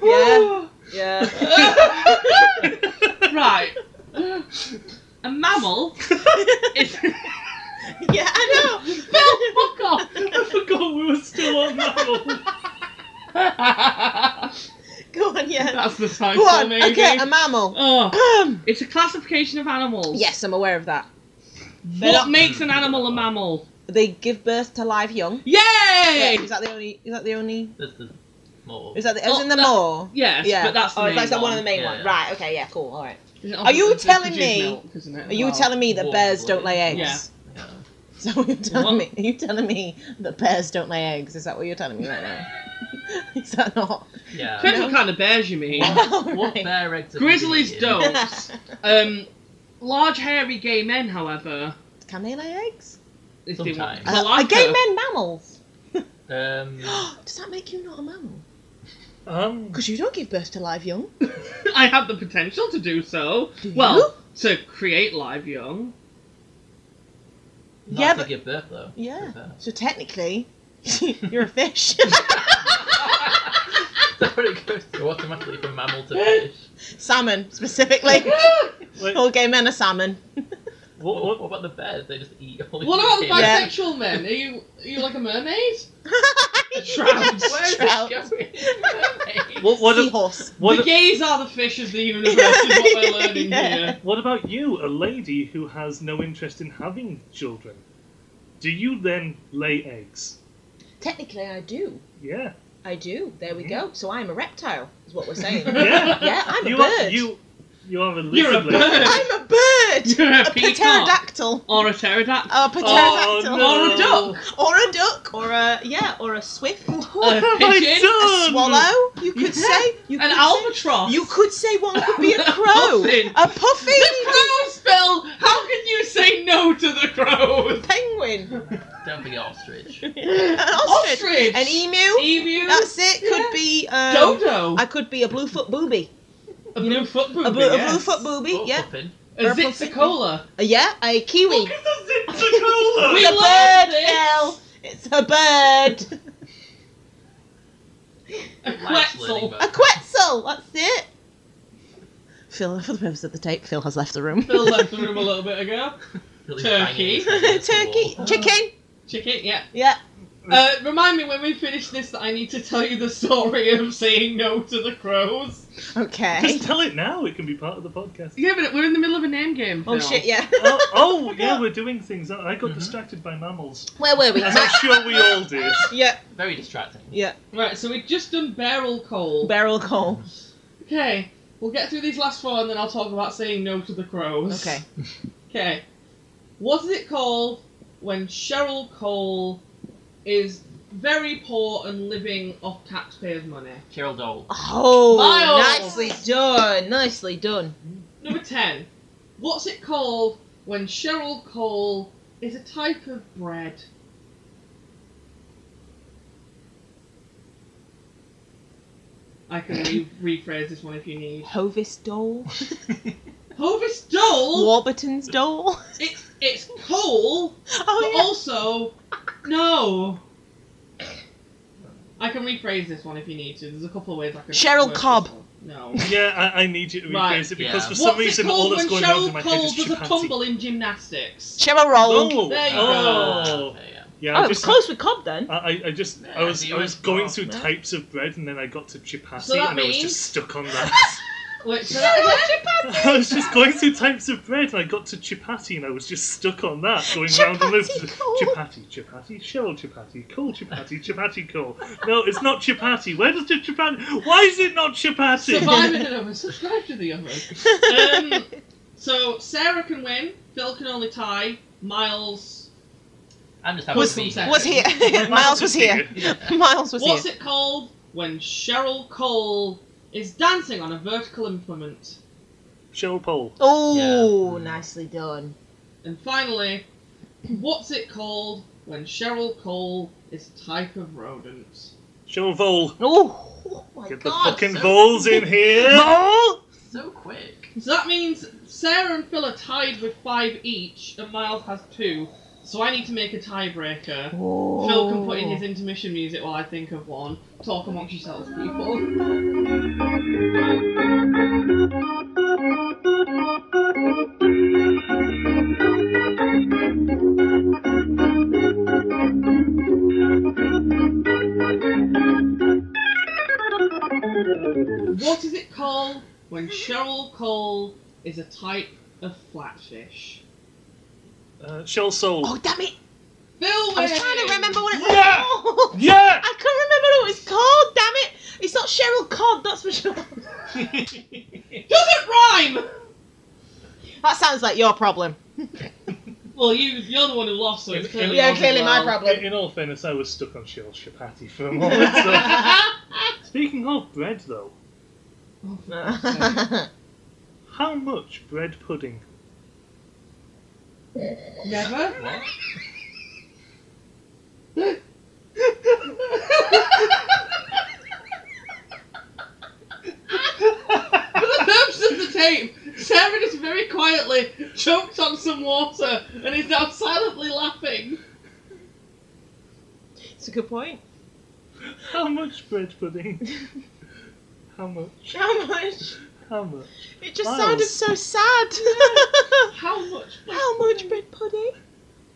Speaker 3: Mm, Yeah.
Speaker 1: right. A mammal is.
Speaker 3: Yeah, I know.
Speaker 1: Fuck off!
Speaker 2: I forgot we were still on that one.
Speaker 1: That's
Speaker 3: Go on, yeah.
Speaker 1: the title,
Speaker 3: Go on.
Speaker 1: maybe.
Speaker 3: Okay, a mammal.
Speaker 1: oh,
Speaker 3: Um,
Speaker 1: it's a classification of animals.
Speaker 3: yes, I'm aware of that.
Speaker 1: What
Speaker 3: not-
Speaker 1: makes an animal a mammal?
Speaker 3: They give birth to live young.
Speaker 1: Yay!
Speaker 3: Is that the only? Is that the only?
Speaker 4: That's the more.
Speaker 3: Is that the? Oh,
Speaker 1: Oh,
Speaker 3: in the
Speaker 1: that-
Speaker 3: more?
Speaker 1: Yes,
Speaker 3: yeah.
Speaker 1: but that's the
Speaker 3: oh,
Speaker 1: main
Speaker 3: that's
Speaker 1: one.
Speaker 3: one of the main
Speaker 4: Yeah,
Speaker 3: ones.
Speaker 4: yeah.
Speaker 3: Right. Okay. Yeah. Cool. All right.
Speaker 1: Is it
Speaker 3: Are you
Speaker 1: obvious they
Speaker 3: telling
Speaker 1: produce
Speaker 3: me-
Speaker 1: milk, isn't it,
Speaker 3: Are
Speaker 1: as
Speaker 3: you
Speaker 1: well?
Speaker 3: telling me that
Speaker 4: Whoa,
Speaker 3: bears
Speaker 4: whoa.
Speaker 3: don't lay eggs?
Speaker 1: Yeah.
Speaker 4: Yeah.
Speaker 3: So you're telling
Speaker 1: What?
Speaker 3: me? Are you telling me that bears don't lay eggs? Is that what you're telling me right now? is that not?
Speaker 4: yeah.
Speaker 1: Depends
Speaker 3: No.
Speaker 1: what kind of bears you mean.
Speaker 4: What
Speaker 3: Alright.
Speaker 4: bear eggs? have you
Speaker 1: Grizzlies
Speaker 4: been eating?
Speaker 1: don't. Um, large, hairy gay men, however,
Speaker 3: Can they lay eggs?
Speaker 1: if they want.
Speaker 4: Sometimes.
Speaker 3: Uh, are
Speaker 1: Malacca-
Speaker 3: gay men mammals?
Speaker 4: Um,
Speaker 3: Does that make you not a mammal?
Speaker 2: Um,
Speaker 3: Because you don't give birth to live young.
Speaker 1: I have the potential to do so.
Speaker 3: Do you?
Speaker 1: Well, to create live young.
Speaker 4: not
Speaker 3: Yeah,
Speaker 4: to
Speaker 3: but-
Speaker 4: give birth though.
Speaker 3: Yeah.
Speaker 4: to be fair.
Speaker 3: So technically, you're a fish.
Speaker 4: That's what it goes to automatically from mammal to fish.
Speaker 3: salmon, specifically.
Speaker 2: like,
Speaker 3: All gay men are salmon.
Speaker 2: what,
Speaker 4: What,
Speaker 2: what,
Speaker 4: what about the bears? They just eat all the
Speaker 1: What about the
Speaker 3: Yeah.
Speaker 1: bisexual men? Are you are you like a mermaid?
Speaker 3: A
Speaker 1: trout.
Speaker 4: Where's
Speaker 3: trout.
Speaker 4: the
Speaker 2: what, what, a-
Speaker 3: Seahorse.
Speaker 2: what,
Speaker 1: the
Speaker 2: a-
Speaker 1: gays are the fish of the universe. is what we're learning
Speaker 3: Yeah.
Speaker 1: here.
Speaker 2: what about you, a lady who has no interest in having children? Do you then lay eggs?
Speaker 3: Technically, I do.
Speaker 2: Yeah.
Speaker 3: I do. There we go. So I'm a reptile, is what we're saying.
Speaker 2: Yeah.
Speaker 3: yeah, I'm
Speaker 2: you
Speaker 3: a
Speaker 2: are
Speaker 3: bird.
Speaker 2: you you are a lizard
Speaker 1: You're a
Speaker 2: lady.
Speaker 1: bird.
Speaker 3: I'm a bird.
Speaker 1: You're a,
Speaker 3: A
Speaker 1: peacock
Speaker 3: pterodactyl.
Speaker 1: or a pterodactyl
Speaker 3: A pterodactyl.
Speaker 2: no.
Speaker 1: or a duck,
Speaker 3: Or a duck. Or a yeah. Or a swift.
Speaker 1: a
Speaker 2: What have I
Speaker 1: pigeon,
Speaker 2: done?
Speaker 3: A swallow. You
Speaker 1: Yeah.
Speaker 3: could say. You
Speaker 1: an
Speaker 3: could
Speaker 1: albatross.
Speaker 3: Say, you could say one could be a crow.
Speaker 1: Puffin.
Speaker 3: A puffy.
Speaker 1: crows, Phil. How can you say no to the crows?
Speaker 3: penguin.
Speaker 4: Don't forget ostrich.
Speaker 3: An ostrich.
Speaker 1: Ostrich.
Speaker 3: An emu.
Speaker 1: Emu.
Speaker 3: That's it.
Speaker 1: Yeah.
Speaker 3: Could be. Um,
Speaker 1: Dodo.
Speaker 3: I could be a bluefoot booby.
Speaker 1: a blue foot booby.
Speaker 3: A, blue, a
Speaker 1: yes. Oh.
Speaker 3: bluefoot booby.
Speaker 4: Or
Speaker 3: Yeah.
Speaker 4: puffin.
Speaker 1: A
Speaker 3: purple
Speaker 1: zitzicola.
Speaker 3: Uh, Yeah. A kiwi.
Speaker 2: It's a koala.
Speaker 1: We
Speaker 3: It's a
Speaker 1: love
Speaker 3: bird,
Speaker 1: this.
Speaker 3: Belle. It's a bird.
Speaker 1: A
Speaker 4: Life's learning
Speaker 1: quetzal.
Speaker 4: bird.
Speaker 3: A quetzal. That's it. Phil, for the purpose of the tape, Phil has left the room.
Speaker 1: Phil left the room a little bit ago.
Speaker 4: Really
Speaker 1: Turkey.
Speaker 4: banging against the
Speaker 3: Turkey,
Speaker 4: wall.
Speaker 3: chicken.
Speaker 1: Chicken, yeah.
Speaker 3: Yeah.
Speaker 1: Uh, remind me when we finish this that I need to tell you the story of saying no to the crows.
Speaker 3: Okay.
Speaker 2: Just tell it now. It can be part of the podcast.
Speaker 1: Yeah, but we're in the middle of a name game.
Speaker 3: Oh
Speaker 1: Phil.
Speaker 3: shit. Yeah.
Speaker 2: oh, oh, yeah, we're doing things. I I got
Speaker 1: Mm-hmm.
Speaker 4: Mhm.
Speaker 2: distracted by mammals,
Speaker 3: Where were we?
Speaker 2: as I'm sure we all did.
Speaker 3: yeah.
Speaker 4: Very distracting.
Speaker 3: Yeah.
Speaker 1: Right, so we've just done barrel coal.
Speaker 3: Barrel coal.
Speaker 1: okay, we'll get through these last four and then I'll talk about saying no to the crows.
Speaker 3: Okay.
Speaker 1: Okay. What is it called when Cheryl Cole is very poor and living off taxpayers' money?
Speaker 4: Cheryl Dole.
Speaker 3: Oh,
Speaker 1: Miles.
Speaker 3: nicely done. Nicely done.
Speaker 1: Number 10. What's it called when Cheryl Cole is a type of bread? I can re- rephrase this one if you need.
Speaker 3: Hovis dole.
Speaker 1: Hovis Dole!
Speaker 3: Warburton's dole.
Speaker 1: It's, it's coal, but
Speaker 3: Oh
Speaker 1: also. No! I can rephrase this one if you need to. There's a couple of ways I can.
Speaker 3: Cheryl
Speaker 1: word this
Speaker 3: Cobb.
Speaker 1: one. No.
Speaker 2: Yeah, I, I need you to rephrase
Speaker 1: Right.
Speaker 2: it because
Speaker 4: Yeah.
Speaker 2: for some
Speaker 1: What's
Speaker 2: reason
Speaker 1: it
Speaker 2: all
Speaker 1: called
Speaker 2: that's
Speaker 1: when
Speaker 2: going on
Speaker 1: Cheryl
Speaker 2: in my head
Speaker 1: Cole
Speaker 2: is
Speaker 1: does a
Speaker 2: chimpanzee.
Speaker 1: tumble in gymnastics?
Speaker 3: yeah. Roll.
Speaker 2: Oh,
Speaker 1: There you
Speaker 2: oh.
Speaker 4: Okay, yeah.
Speaker 2: yeah.
Speaker 3: Oh,
Speaker 2: I
Speaker 3: it was
Speaker 2: just,
Speaker 3: close with Cobb then.
Speaker 2: I, I- I just,
Speaker 4: Yeah,
Speaker 2: I was,
Speaker 4: the
Speaker 2: I was
Speaker 4: old
Speaker 2: going
Speaker 4: class,
Speaker 2: through
Speaker 4: no?
Speaker 2: types of bread, and then I got to chipasi,
Speaker 1: So that
Speaker 2: and I was
Speaker 1: means-
Speaker 2: just stuck on that.
Speaker 1: Wait, so that-
Speaker 2: I was just going through types of bread, and I got to chipati, and I was just stuck on that, going round and loop.
Speaker 3: Chapati coal.
Speaker 2: Chipati, chipati, shell chipati, coal chipati, chipati coal. No, it's not chipati. Where does the chipati? Why is it not chipati?
Speaker 1: Survive in the oven. Subscribe to the oven. Um, so Sarah can win. Phil can only tie. Miles.
Speaker 4: I'm just happy
Speaker 3: was
Speaker 4: to be here.
Speaker 1: second.
Speaker 3: was here. Miles was here. Miles was
Speaker 1: What's
Speaker 3: here.
Speaker 1: it called when Cheryl Cole is dancing on a vertical implement?
Speaker 2: Shell pole.
Speaker 3: Oh,
Speaker 4: Yeah.
Speaker 3: nicely done.
Speaker 1: And finally, what's it called when Cheryl Cole is a type of rodent?
Speaker 2: Shell vole.
Speaker 3: Oh, oh my
Speaker 2: Get the
Speaker 3: god.
Speaker 2: fucking
Speaker 4: so-
Speaker 2: voles in here.
Speaker 3: Roll.
Speaker 4: So quick.
Speaker 1: So that means Sarah and Phil are tied with five each, and Miles has two. So I need to make a tiebreaker. Phil can
Speaker 3: Oh.
Speaker 1: put in his intermission music while I think of one. Talk amongst yourselves, people. What is it called when Cheryl Cole is a type of flatfish?
Speaker 2: Uh, shell sole.
Speaker 3: Oh damn it!
Speaker 1: Bill
Speaker 3: I was trying to remember what it was
Speaker 2: Yeah.
Speaker 3: called.
Speaker 2: Yeah!
Speaker 3: I couldn't remember what it was called. Damn it! It's not Cheryl Codd, that's for sure.
Speaker 1: Doesn't rhyme!
Speaker 3: That sounds like your problem.
Speaker 1: Well, you, you're the one who lost, so it's clearly
Speaker 3: Yeah,
Speaker 1: yours as
Speaker 3: clearly my
Speaker 1: well.
Speaker 3: problem.
Speaker 2: In all fairness, I was stuck on Cheryl Chapati for a moment. so- Speaking of bread, though, how much bread pudding?
Speaker 1: Never.
Speaker 4: What?
Speaker 1: For the purpose of the tape, Sarah just very quietly choked on some water and is now silently laughing.
Speaker 3: It's a good point.
Speaker 2: How much bread pudding? How much?
Speaker 3: How much?
Speaker 2: How much?
Speaker 3: It just
Speaker 2: Miles.
Speaker 3: sounded so sad.
Speaker 1: How much?
Speaker 3: How much bread pudding?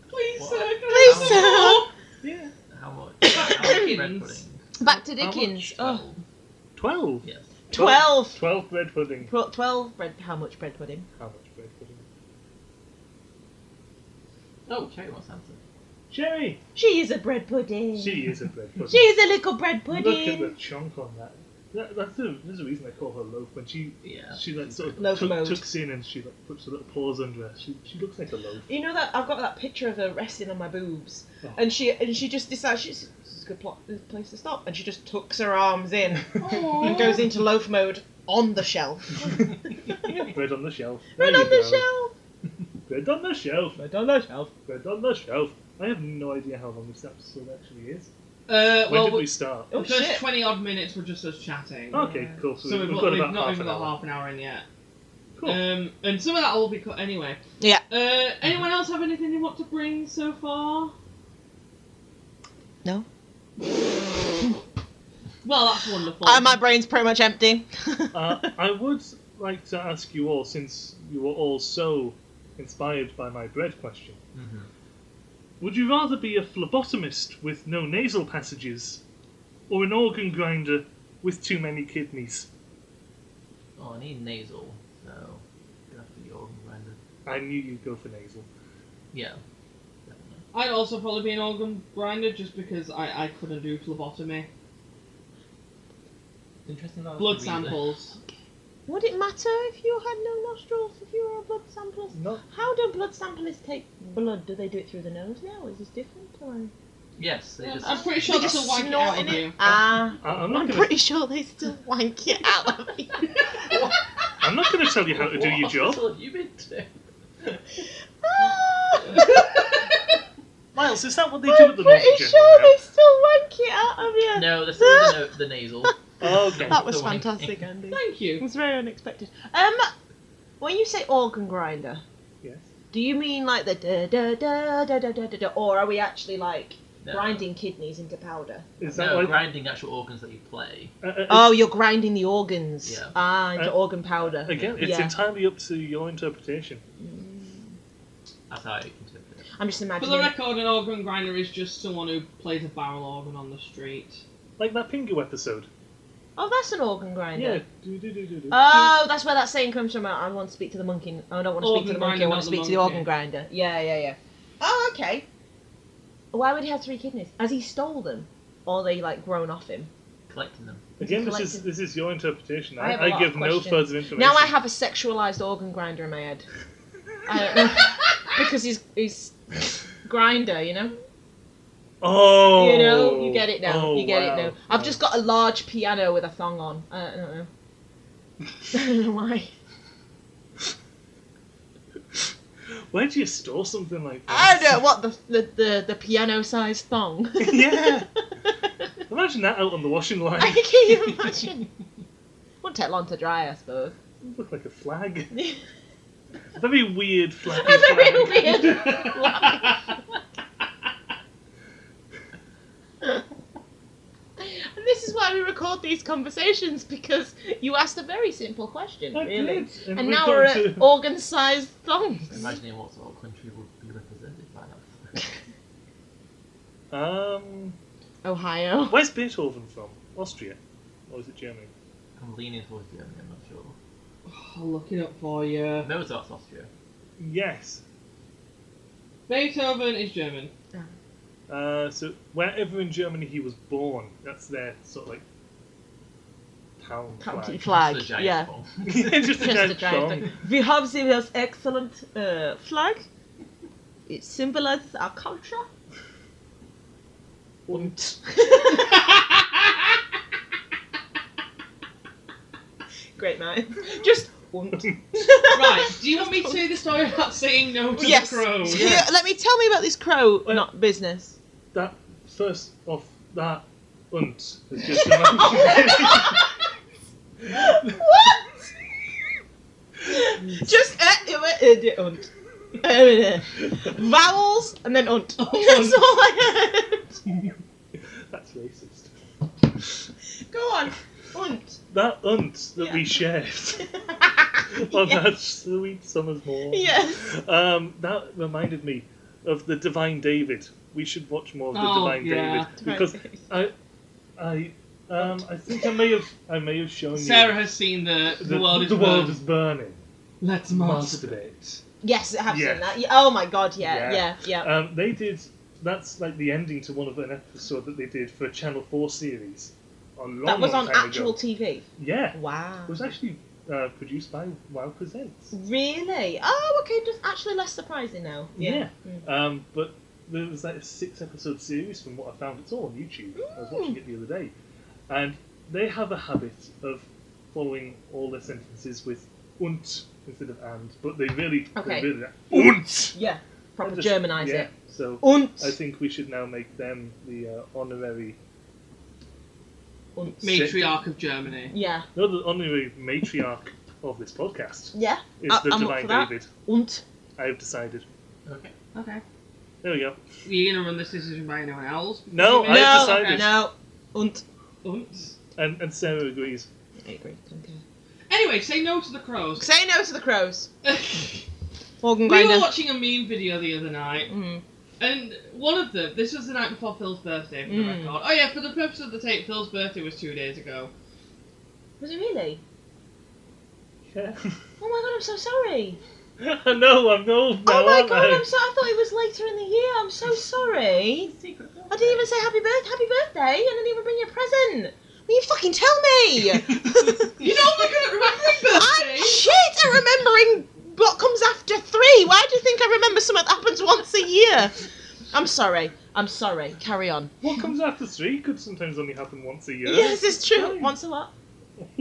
Speaker 1: Please,
Speaker 4: What?
Speaker 1: sir. can I
Speaker 3: Please,
Speaker 1: have some more?
Speaker 3: sir.
Speaker 2: Yeah.
Speaker 4: How much? How much bread pudding?
Speaker 3: Back to
Speaker 2: How
Speaker 3: Dickens. Oh,
Speaker 2: Twelve.
Speaker 4: Yes.
Speaker 3: twelve.
Speaker 2: Twelve bread pudding.
Speaker 3: Pro- Twelve bread. How much bread pudding?
Speaker 2: How much bread pudding?
Speaker 4: Oh, Cherry wants answer.
Speaker 2: Jerry!
Speaker 3: She is a bread pudding.
Speaker 2: She is a bread pudding.
Speaker 3: She is a little bread
Speaker 2: Look at the
Speaker 3: pudding.
Speaker 2: chunk on that. that that's the, there's a reason they call her loaf when she
Speaker 4: Yeah.
Speaker 2: she like sort of
Speaker 3: Loaf
Speaker 2: tuck-
Speaker 3: mode.
Speaker 2: tucks in and she like, puts her little paws under her. She, she looks like a loaf.
Speaker 3: You know that I've got that picture of her resting on my boobs,
Speaker 2: Oh.
Speaker 3: and she and she just decides she's this is a good plot, good place to stop, and she just tucks her arms in and
Speaker 1: Aw.
Speaker 3: goes into loaf mode on the shelf.
Speaker 2: Yeah, bread on the shelf.
Speaker 3: Bread
Speaker 2: There
Speaker 3: on
Speaker 2: you
Speaker 3: the
Speaker 2: go.
Speaker 3: shelf.
Speaker 2: Bread on the shelf.
Speaker 3: Bread on the shelf.
Speaker 2: Bread on the shelf. I have no idea how long this episode actually is.
Speaker 1: Uh,
Speaker 2: When
Speaker 1: well,
Speaker 2: did we
Speaker 1: we,
Speaker 2: start?
Speaker 3: Oh
Speaker 1: the first
Speaker 3: shit.
Speaker 1: 20 odd minutes were just us chatting.
Speaker 2: Okay, cool. So,
Speaker 1: So
Speaker 2: we've,
Speaker 1: we've,
Speaker 2: got
Speaker 1: we've
Speaker 2: about
Speaker 1: not
Speaker 2: half
Speaker 1: even
Speaker 2: an
Speaker 1: got
Speaker 2: hour.
Speaker 1: half an hour in yet.
Speaker 2: Cool.
Speaker 1: Um, and some of that will be cut anyway.
Speaker 3: Yeah.
Speaker 1: Uh,
Speaker 4: Mm-hmm.
Speaker 1: anyone else have anything they want to bring so far?
Speaker 3: No.
Speaker 1: Well, that's wonderful.
Speaker 3: Uh, my brain's pretty much empty.
Speaker 2: uh, I would like to ask you all, since you were all so inspired by my bread question,
Speaker 4: Mm-hmm.
Speaker 2: would you rather be a phlebotomist with no nasal passages or an organ grinder with too many kidneys?
Speaker 4: Oh, I need nasal, so gonna have to be organ grinder.
Speaker 2: I knew you'd go for nasal.
Speaker 4: Yeah. Definitely.
Speaker 1: I'd also probably be an organ grinder just because I, I couldn't do phlebotomy.
Speaker 4: It's interesting that was
Speaker 1: Blood
Speaker 4: the reason.
Speaker 1: samples.
Speaker 3: Would it matter if you had no nostrils? If you were a blood samplist?
Speaker 2: Not
Speaker 3: How do blood samplers take blood? Do they do it through the nose now? Is this different? Or...
Speaker 4: Yes, they just.
Speaker 1: I'm pretty sure
Speaker 3: They
Speaker 1: this will
Speaker 3: just
Speaker 1: wipe it
Speaker 3: snort
Speaker 1: out
Speaker 3: in
Speaker 1: of you.
Speaker 3: Ah,
Speaker 2: I- I'm
Speaker 3: I'm,
Speaker 2: not gonna-
Speaker 3: pretty sure they still wank it out of you.
Speaker 2: I'm not going to tell you how to do your
Speaker 4: What
Speaker 2: job.
Speaker 4: hospital have you been to?
Speaker 2: Miles, is that what they do
Speaker 3: I'm
Speaker 2: at the Northern
Speaker 3: pretty sure
Speaker 2: General
Speaker 3: they still wank it out of you.
Speaker 4: No, this is the, the nasal.
Speaker 2: now? Okay.
Speaker 3: That was
Speaker 4: The wank.
Speaker 3: fantastic, Andy.
Speaker 1: Thank
Speaker 3: It
Speaker 1: you.
Speaker 3: was very unexpected. Um, when you say organ grinder,
Speaker 2: Yes.
Speaker 3: do you mean like the da da da da da da da, da or are we actually like
Speaker 4: No.
Speaker 3: grinding kidneys into powder?
Speaker 2: Is that
Speaker 4: No,
Speaker 2: like
Speaker 4: grinding actual organs that you play.
Speaker 2: uh, uh,
Speaker 3: Oh, you're grinding the organs.
Speaker 4: Yeah.
Speaker 3: Ah, into
Speaker 2: Uh,
Speaker 3: organ powder.
Speaker 2: Again, it's
Speaker 3: yeah.
Speaker 2: entirely up to your interpretation.
Speaker 4: That's how I interpret it.
Speaker 3: I'm just
Speaker 1: For
Speaker 3: imagining.
Speaker 1: the record, an organ grinder is just someone who plays a barrel organ on the street.
Speaker 2: Like that Pingu episode.
Speaker 3: oh, that's an organ
Speaker 2: Yeah.
Speaker 3: grinder.
Speaker 2: Do, do, do, do, do.
Speaker 3: Oh, that's where that saying comes from. I I want to speak to the monkey. I don't want to speak to
Speaker 1: Organ
Speaker 3: the monkey.
Speaker 1: grinder,
Speaker 3: I want
Speaker 1: not
Speaker 3: to
Speaker 1: the
Speaker 3: speak to the
Speaker 1: monkey.
Speaker 3: organ grinder. Yeah, yeah, yeah. Oh, okay. Why would he have three kidneys? Has he stole them, or they like grown off him?
Speaker 4: Collecting them.
Speaker 2: Again, this is
Speaker 3: collected-
Speaker 2: this is your interpretation.
Speaker 3: I
Speaker 2: I,
Speaker 3: have a
Speaker 2: I,
Speaker 3: lot
Speaker 2: give
Speaker 3: of
Speaker 2: no
Speaker 3: questions.
Speaker 2: further information.
Speaker 3: Now I have a sexualized organ grinder in my head. I don't know. because he's he's grinder, you know.
Speaker 2: Oh.
Speaker 3: You know, you get it now.
Speaker 2: Oh,
Speaker 3: you get it
Speaker 2: wow.
Speaker 3: now. I've just got a large piano with a thong on. I don't know. I don't know why.
Speaker 2: Where do you store something like
Speaker 3: I
Speaker 2: that?
Speaker 3: don't know what the the the, the piano sized thong.
Speaker 2: yeah. Imagine that out on the washing line.
Speaker 3: I can you imagine? Won't take long to dry, I suppose.
Speaker 2: Look like a flag. A very weird flag.
Speaker 3: A very weird
Speaker 2: flag.
Speaker 3: And this is why we record these conversations because you asked a very simple question,
Speaker 2: I
Speaker 3: really.
Speaker 2: did.
Speaker 3: And,
Speaker 2: we've
Speaker 3: now
Speaker 2: gone
Speaker 3: we're at
Speaker 2: to-
Speaker 3: organ sized thongs.
Speaker 4: Imagining what sort of country would be represented by that.
Speaker 2: Um,
Speaker 3: Ohio.
Speaker 2: where's Beethoven from? Austria, or is it Germany?
Speaker 4: I'm leaning towards Germany, I'm not sure.
Speaker 1: I'll look it up for you.
Speaker 4: Mozart's Austria.
Speaker 2: Yes.
Speaker 1: Beethoven is German.
Speaker 2: Uh, so wherever in Germany he was born, that's their sort of like town
Speaker 3: County
Speaker 2: flag.
Speaker 3: flag.
Speaker 4: Just a giant
Speaker 3: yeah.
Speaker 4: ball.
Speaker 2: Just a
Speaker 3: Just a
Speaker 2: giant
Speaker 3: giant
Speaker 2: song.
Speaker 3: flag. We have this excellent uh, flag. It symbolizes our culture.
Speaker 2: Und
Speaker 3: Great night. Just
Speaker 1: right, do you want me to do the story about saying no to
Speaker 3: yes.
Speaker 1: the crow?
Speaker 3: Yeah, Let me tell me about this crow
Speaker 2: Well-
Speaker 3: not business.
Speaker 2: that first off that und is just an
Speaker 3: what? Just uh, uh, uh, uh, unt. Uh, vowels and then unt.
Speaker 1: Oh,
Speaker 3: That's all I heard.
Speaker 2: That's racist.
Speaker 3: Go on, unt.
Speaker 2: That unt that we shared on
Speaker 3: Yeah.
Speaker 2: that sweet summer's morn.
Speaker 3: Yes.
Speaker 2: Um, that reminded me of the Divine David. We should watch more of the
Speaker 1: Oh,
Speaker 2: Divine
Speaker 1: yeah.
Speaker 2: David because I, I, um, I think I may have, I may have shown
Speaker 1: Sarah
Speaker 2: you
Speaker 1: has seen the
Speaker 2: Oh, the,
Speaker 1: the, world is
Speaker 2: the world
Speaker 1: burning.
Speaker 2: is burning.
Speaker 1: Let's master.
Speaker 2: Masturbate.
Speaker 3: Yes, I have
Speaker 2: Yes.
Speaker 3: seen that. Yeah, Oh my god, yeah,
Speaker 2: Yeah.
Speaker 3: yeah, yeah.
Speaker 2: Um, they did. That's like the ending to one of an episode that they did for a Channel Four series. A long,
Speaker 3: that was
Speaker 2: long
Speaker 3: on
Speaker 2: time
Speaker 3: actual
Speaker 2: Ago.
Speaker 3: TV.
Speaker 2: Yeah,
Speaker 3: Wow.
Speaker 2: it was actually uh, produced by Wow Presents.
Speaker 3: Really? Oh, okay. Just actually less surprising now. Mm.
Speaker 2: Yeah. Um, but there was like a six episode series from what I found. It's all on YouTube. I was watching it the other day. And they have a habit of following all their sentences with und instead of and. But they really,
Speaker 3: Okay.
Speaker 2: they really und!
Speaker 3: Yeah. Proper
Speaker 2: Just-
Speaker 3: Germanize
Speaker 2: yeah.
Speaker 3: it.
Speaker 2: So
Speaker 3: Unt.
Speaker 2: I think we should now make them the uh, honorary,
Speaker 3: Unt.
Speaker 1: Matriarch of Germany.
Speaker 3: Yeah.
Speaker 2: no, the honorary matriarch of this podcast
Speaker 3: Yeah.
Speaker 2: is
Speaker 3: I- Uh, I'm
Speaker 2: the
Speaker 3: up
Speaker 2: Divine
Speaker 3: for that.
Speaker 2: David.
Speaker 3: Unt.
Speaker 2: I have decided.
Speaker 4: Okay.
Speaker 1: Okay.
Speaker 2: There we go.
Speaker 1: You're gonna run this decision by anyone else?
Speaker 2: No,
Speaker 1: Maybe-
Speaker 2: I
Speaker 3: no.
Speaker 2: have decided.
Speaker 3: No. Unt.
Speaker 1: Oops.
Speaker 2: And, and Sarah agrees.
Speaker 3: I agree. Okay.
Speaker 1: Anyway, say no to the crows.
Speaker 3: Say no to the crows. Organ
Speaker 1: we
Speaker 3: grinder.
Speaker 1: were watching a meme video the other night,
Speaker 3: Mm.
Speaker 1: and one of them, this was the night before Phil's birthday, for the
Speaker 3: Mm.
Speaker 1: record. Oh, yeah, for the purpose of the tape, Phil's birthday was two days ago.
Speaker 3: Was it really?
Speaker 2: Yeah.
Speaker 3: Oh my god, I'm so sorry.
Speaker 2: no, I'm old
Speaker 3: oh
Speaker 2: now,
Speaker 3: my
Speaker 2: aren't
Speaker 3: god,
Speaker 2: I?
Speaker 3: I'm so. I thought it was later in the year. I'm so sorry.
Speaker 4: Secret
Speaker 3: I didn't even say happy birth, happy birthday, and I didn't even bring you a present. Will you fucking tell me?
Speaker 1: You know we're good at remembering
Speaker 3: I'm
Speaker 1: birthdays!
Speaker 3: shit at remembering what comes after three. Why do you think I remember something that happens once a year? I'm sorry. I'm sorry. Carry on.
Speaker 2: What comes after three could sometimes only happen once a year.
Speaker 3: Yes, it's true.
Speaker 2: Fine.
Speaker 3: Once a what?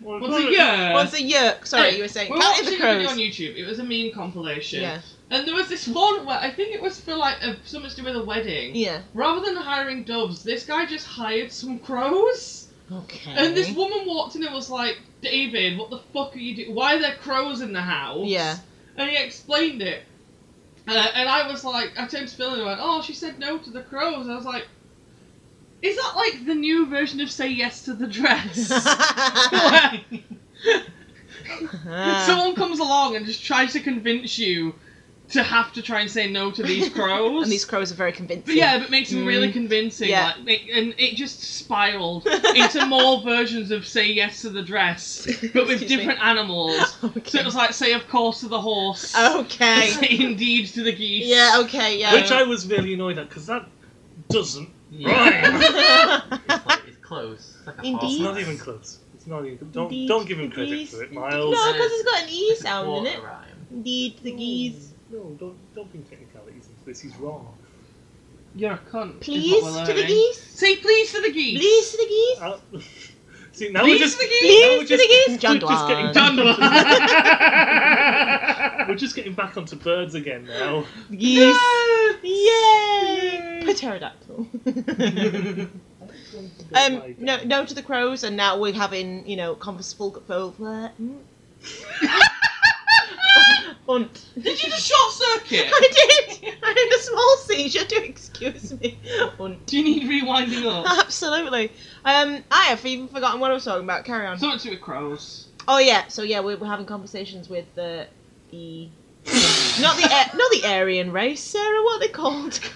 Speaker 2: Well,
Speaker 1: Once a year!
Speaker 3: Once a yerk. Sorry,
Speaker 1: Hey,
Speaker 3: you were saying.
Speaker 1: We're
Speaker 3: Counting
Speaker 1: watching
Speaker 3: the
Speaker 1: a video on
Speaker 3: crows.
Speaker 1: YouTube. It was a meme compilation.
Speaker 3: Yeah.
Speaker 1: And there was this one where I think it was for like a, something to do with a wedding.
Speaker 3: Yeah.
Speaker 1: Rather than hiring doves, this guy just hired some crows.
Speaker 3: Okay.
Speaker 1: And this woman walked in and was like, David, what the fuck are you doing? Why are there crows in the house?
Speaker 3: Yeah.
Speaker 1: And he explained it. Uh, and I was like, I turned to Phil and I went, oh, she said no to the crows. I was like, is that like the new version of say yes to the dress? Where
Speaker 3: Ah.
Speaker 1: Someone comes along and just tries to convince you to have to try and say no to these crows.
Speaker 3: and these crows are very convincing.
Speaker 1: But yeah, but makes them really
Speaker 3: Mm.
Speaker 1: convincing.
Speaker 3: Yeah.
Speaker 1: Like, make, and it just spiraled into more versions of say yes to the dress, but with
Speaker 3: Excuse me.
Speaker 1: different animals. So
Speaker 3: Okay.
Speaker 1: it was like say of course to the horse,
Speaker 3: Oh, Okay.
Speaker 1: say indeed to the geese.
Speaker 3: yeah. oh, Okay. Yeah.
Speaker 2: Which I was really annoyed at because that doesn't rhyme.
Speaker 4: It's, like, it's close. It's like a
Speaker 3: Indeed.
Speaker 4: half
Speaker 2: it's
Speaker 4: mile.
Speaker 2: not even close. It's not even. Don't
Speaker 3: Indeed,
Speaker 2: don't give him
Speaker 3: the
Speaker 2: credit
Speaker 3: geese-
Speaker 2: for it,
Speaker 3: indeed.
Speaker 2: Miles.
Speaker 3: No, because it's got an E
Speaker 4: It's a
Speaker 3: sound in
Speaker 4: quarter
Speaker 3: it.
Speaker 4: Rhyme.
Speaker 3: Indeed, the geese.
Speaker 2: No, don't don't bring technicalities into this. He's wrong.
Speaker 1: You're a cunt. is
Speaker 3: Please
Speaker 1: what we're
Speaker 3: to the
Speaker 1: learning.
Speaker 3: geese.
Speaker 1: Say please to the geese.
Speaker 3: Please to the geese.
Speaker 2: Uh, see now
Speaker 1: Please
Speaker 2: we're just
Speaker 1: the geese.
Speaker 2: now we're
Speaker 3: Please to
Speaker 2: just-
Speaker 3: the geese.
Speaker 2: we're
Speaker 3: John
Speaker 2: just getting
Speaker 3: Dwan.
Speaker 2: We're just getting back onto birds again now.
Speaker 3: Geese. Yay! Pterodactyl.
Speaker 2: Oh
Speaker 3: um, no, no to the crows, and now we're having, you know, convers full, full, full
Speaker 1: Mm.
Speaker 3: Unt.
Speaker 1: Did you just short circuit?
Speaker 3: I did. I had a small seizure. Do excuse me. Unt.
Speaker 1: Do you need rewinding
Speaker 3: Uh-huh.
Speaker 1: up?
Speaker 3: Absolutely. Um, I have even forgotten what I was talking about. Carry on.
Speaker 1: Something to do with crows.
Speaker 3: Oh yeah, so yeah, we're, we're having conversations with the the not the A- not the Aryan race, Sarah. What are they called?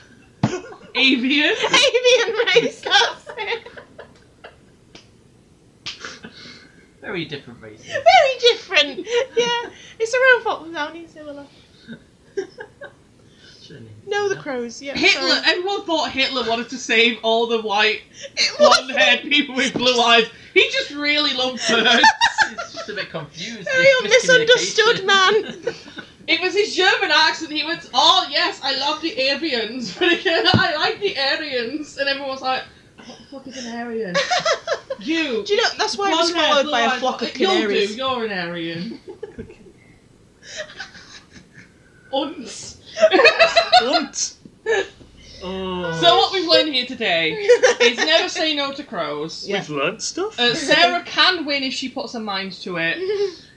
Speaker 1: Avian.
Speaker 3: Avian race. That's it.
Speaker 4: Very different races.
Speaker 3: Very different. Yeah, it's a robot. Down in similar.
Speaker 4: It's just didn't he?
Speaker 3: No, the crows. Yeah.
Speaker 1: Hitler.
Speaker 3: sorry.
Speaker 1: Everyone thought Hitler wanted to save all the white,
Speaker 3: It was-
Speaker 1: blonde-haired people with blue eyes. He just really loved birds.
Speaker 4: It's just a bit confused.
Speaker 3: Very misunderstood man.
Speaker 1: It was his German accent. He went, "Oh yes, I love the Aryans, but again, I like the Aryans." And everyone was like, "What the fuck is an Aryan? you."
Speaker 3: Do you know that's why it was
Speaker 1: blonde-haired,
Speaker 3: followed by a
Speaker 1: blue-eyed,
Speaker 3: flock of
Speaker 1: You'll do,
Speaker 3: canaries?
Speaker 1: You're an Aryan. Unts.
Speaker 2: Blunt. Oh,
Speaker 1: So what we've learned here today is never say no to crows.
Speaker 3: Yeah.
Speaker 2: we've learnt stuff.
Speaker 1: Uh, Sarah can win if she puts her mind to it.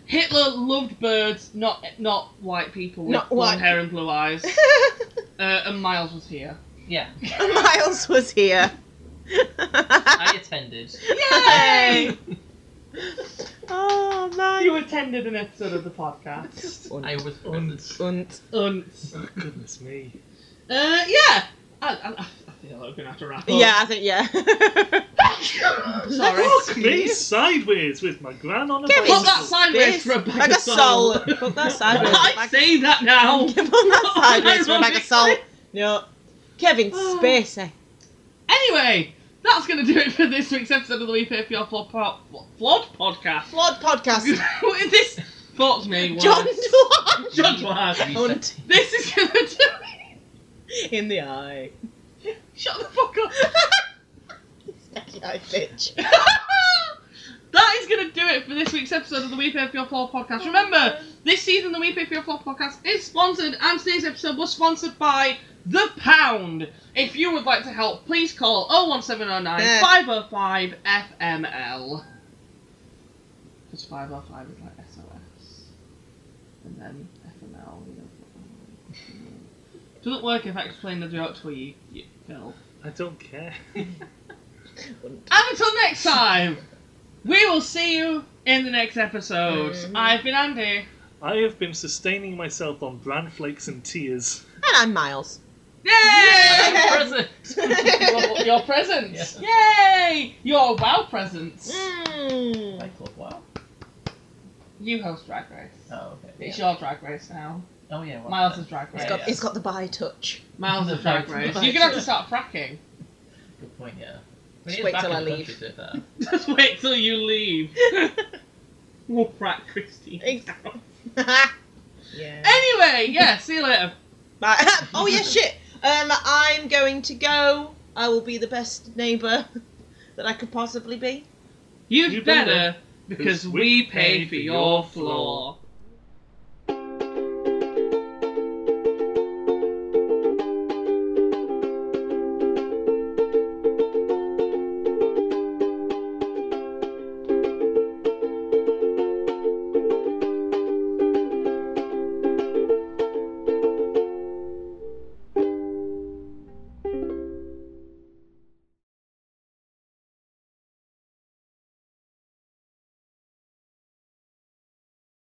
Speaker 1: Hitler loved birds, not not white people with
Speaker 3: Not
Speaker 1: blonde
Speaker 3: white.
Speaker 1: hair and blue eyes. Uh, and Miles was here.
Speaker 4: Yeah,
Speaker 3: Miles was here.
Speaker 4: I attended.
Speaker 1: Yay!
Speaker 3: oh man.
Speaker 1: you attended an episode of the podcast.
Speaker 4: I was present.
Speaker 2: Unt.
Speaker 3: Unt.
Speaker 1: Unts.
Speaker 2: Oh, goodness me.
Speaker 1: Uh, yeah. I, I, I feel like we're gonna have to wrap up.
Speaker 3: Yeah, I think yeah.
Speaker 1: Sorry.
Speaker 2: Fuck me sideways with my gran on a
Speaker 3: Give it
Speaker 1: Put
Speaker 2: bicycle.
Speaker 1: that sideways
Speaker 3: This-
Speaker 1: for a bag
Speaker 3: like
Speaker 1: of
Speaker 3: a soul.
Speaker 1: salt.
Speaker 3: Put that sideways.
Speaker 1: I
Speaker 3: Like-
Speaker 1: say that now.
Speaker 3: Give on that sideways for a bag of salt. No. Kevin
Speaker 1: Oh.
Speaker 3: Spacey.
Speaker 1: Anyway, that's gonna do it for this week's episode of the We Pay for Your Flood, po- Flood podcast.
Speaker 3: Flawed podcast.
Speaker 1: this fucked me. Worse.
Speaker 3: John Dwan.
Speaker 1: John Dwan.
Speaker 3: Hunt.
Speaker 1: This is gonna do it.
Speaker 3: In the eye.
Speaker 1: Shut the fuck up.
Speaker 3: Snacky eye bitch.
Speaker 1: that is going to do it for this week's episode of the We Pay for Your Floor podcast. Remember, this season the We Pay for Your Floor podcast is sponsored, and today's episode was sponsored by The Pound. If you would like to help, please call 01709 505 FML. Because 505 is like SOS. And then FML, you know. Doesn't work if I explain the joke to you, you Phil.
Speaker 2: I don't care.
Speaker 1: And until next time, we will see you in the next episode. I've been Andy.
Speaker 2: I have been sustaining myself on bran flakes and tears.
Speaker 3: And I'm Miles.
Speaker 1: Yay!
Speaker 4: Present.
Speaker 1: Your- Your presents. Yay! Your wow presents.
Speaker 3: Mm.
Speaker 4: Like, oh, wow.
Speaker 1: You host Drag Race.
Speaker 4: Oh, okay.
Speaker 1: It's your Drag Race now.
Speaker 4: Oh yeah. well,
Speaker 1: Miles'
Speaker 4: uh,
Speaker 1: is Drag Race.
Speaker 3: It's got,
Speaker 4: Yeah.
Speaker 3: it's got the bye touch.
Speaker 1: Miles' is Drag Race. You're gonna have to start fracking.
Speaker 4: Good point. Yeah. We
Speaker 3: Just
Speaker 4: need
Speaker 3: wait
Speaker 4: back
Speaker 3: till
Speaker 4: in
Speaker 3: I
Speaker 4: the
Speaker 3: leave.
Speaker 4: country to do that.
Speaker 1: Just wait till you leave. we'll frack Christine.
Speaker 3: Exactly. yeah.
Speaker 1: Anyway, yeah. See you later.
Speaker 3: Right. oh yeah, shit. Um, I'm going to go. I will be the best neighbour that I could possibly be.
Speaker 1: You'd
Speaker 2: You better,
Speaker 1: better because we pay for your floor.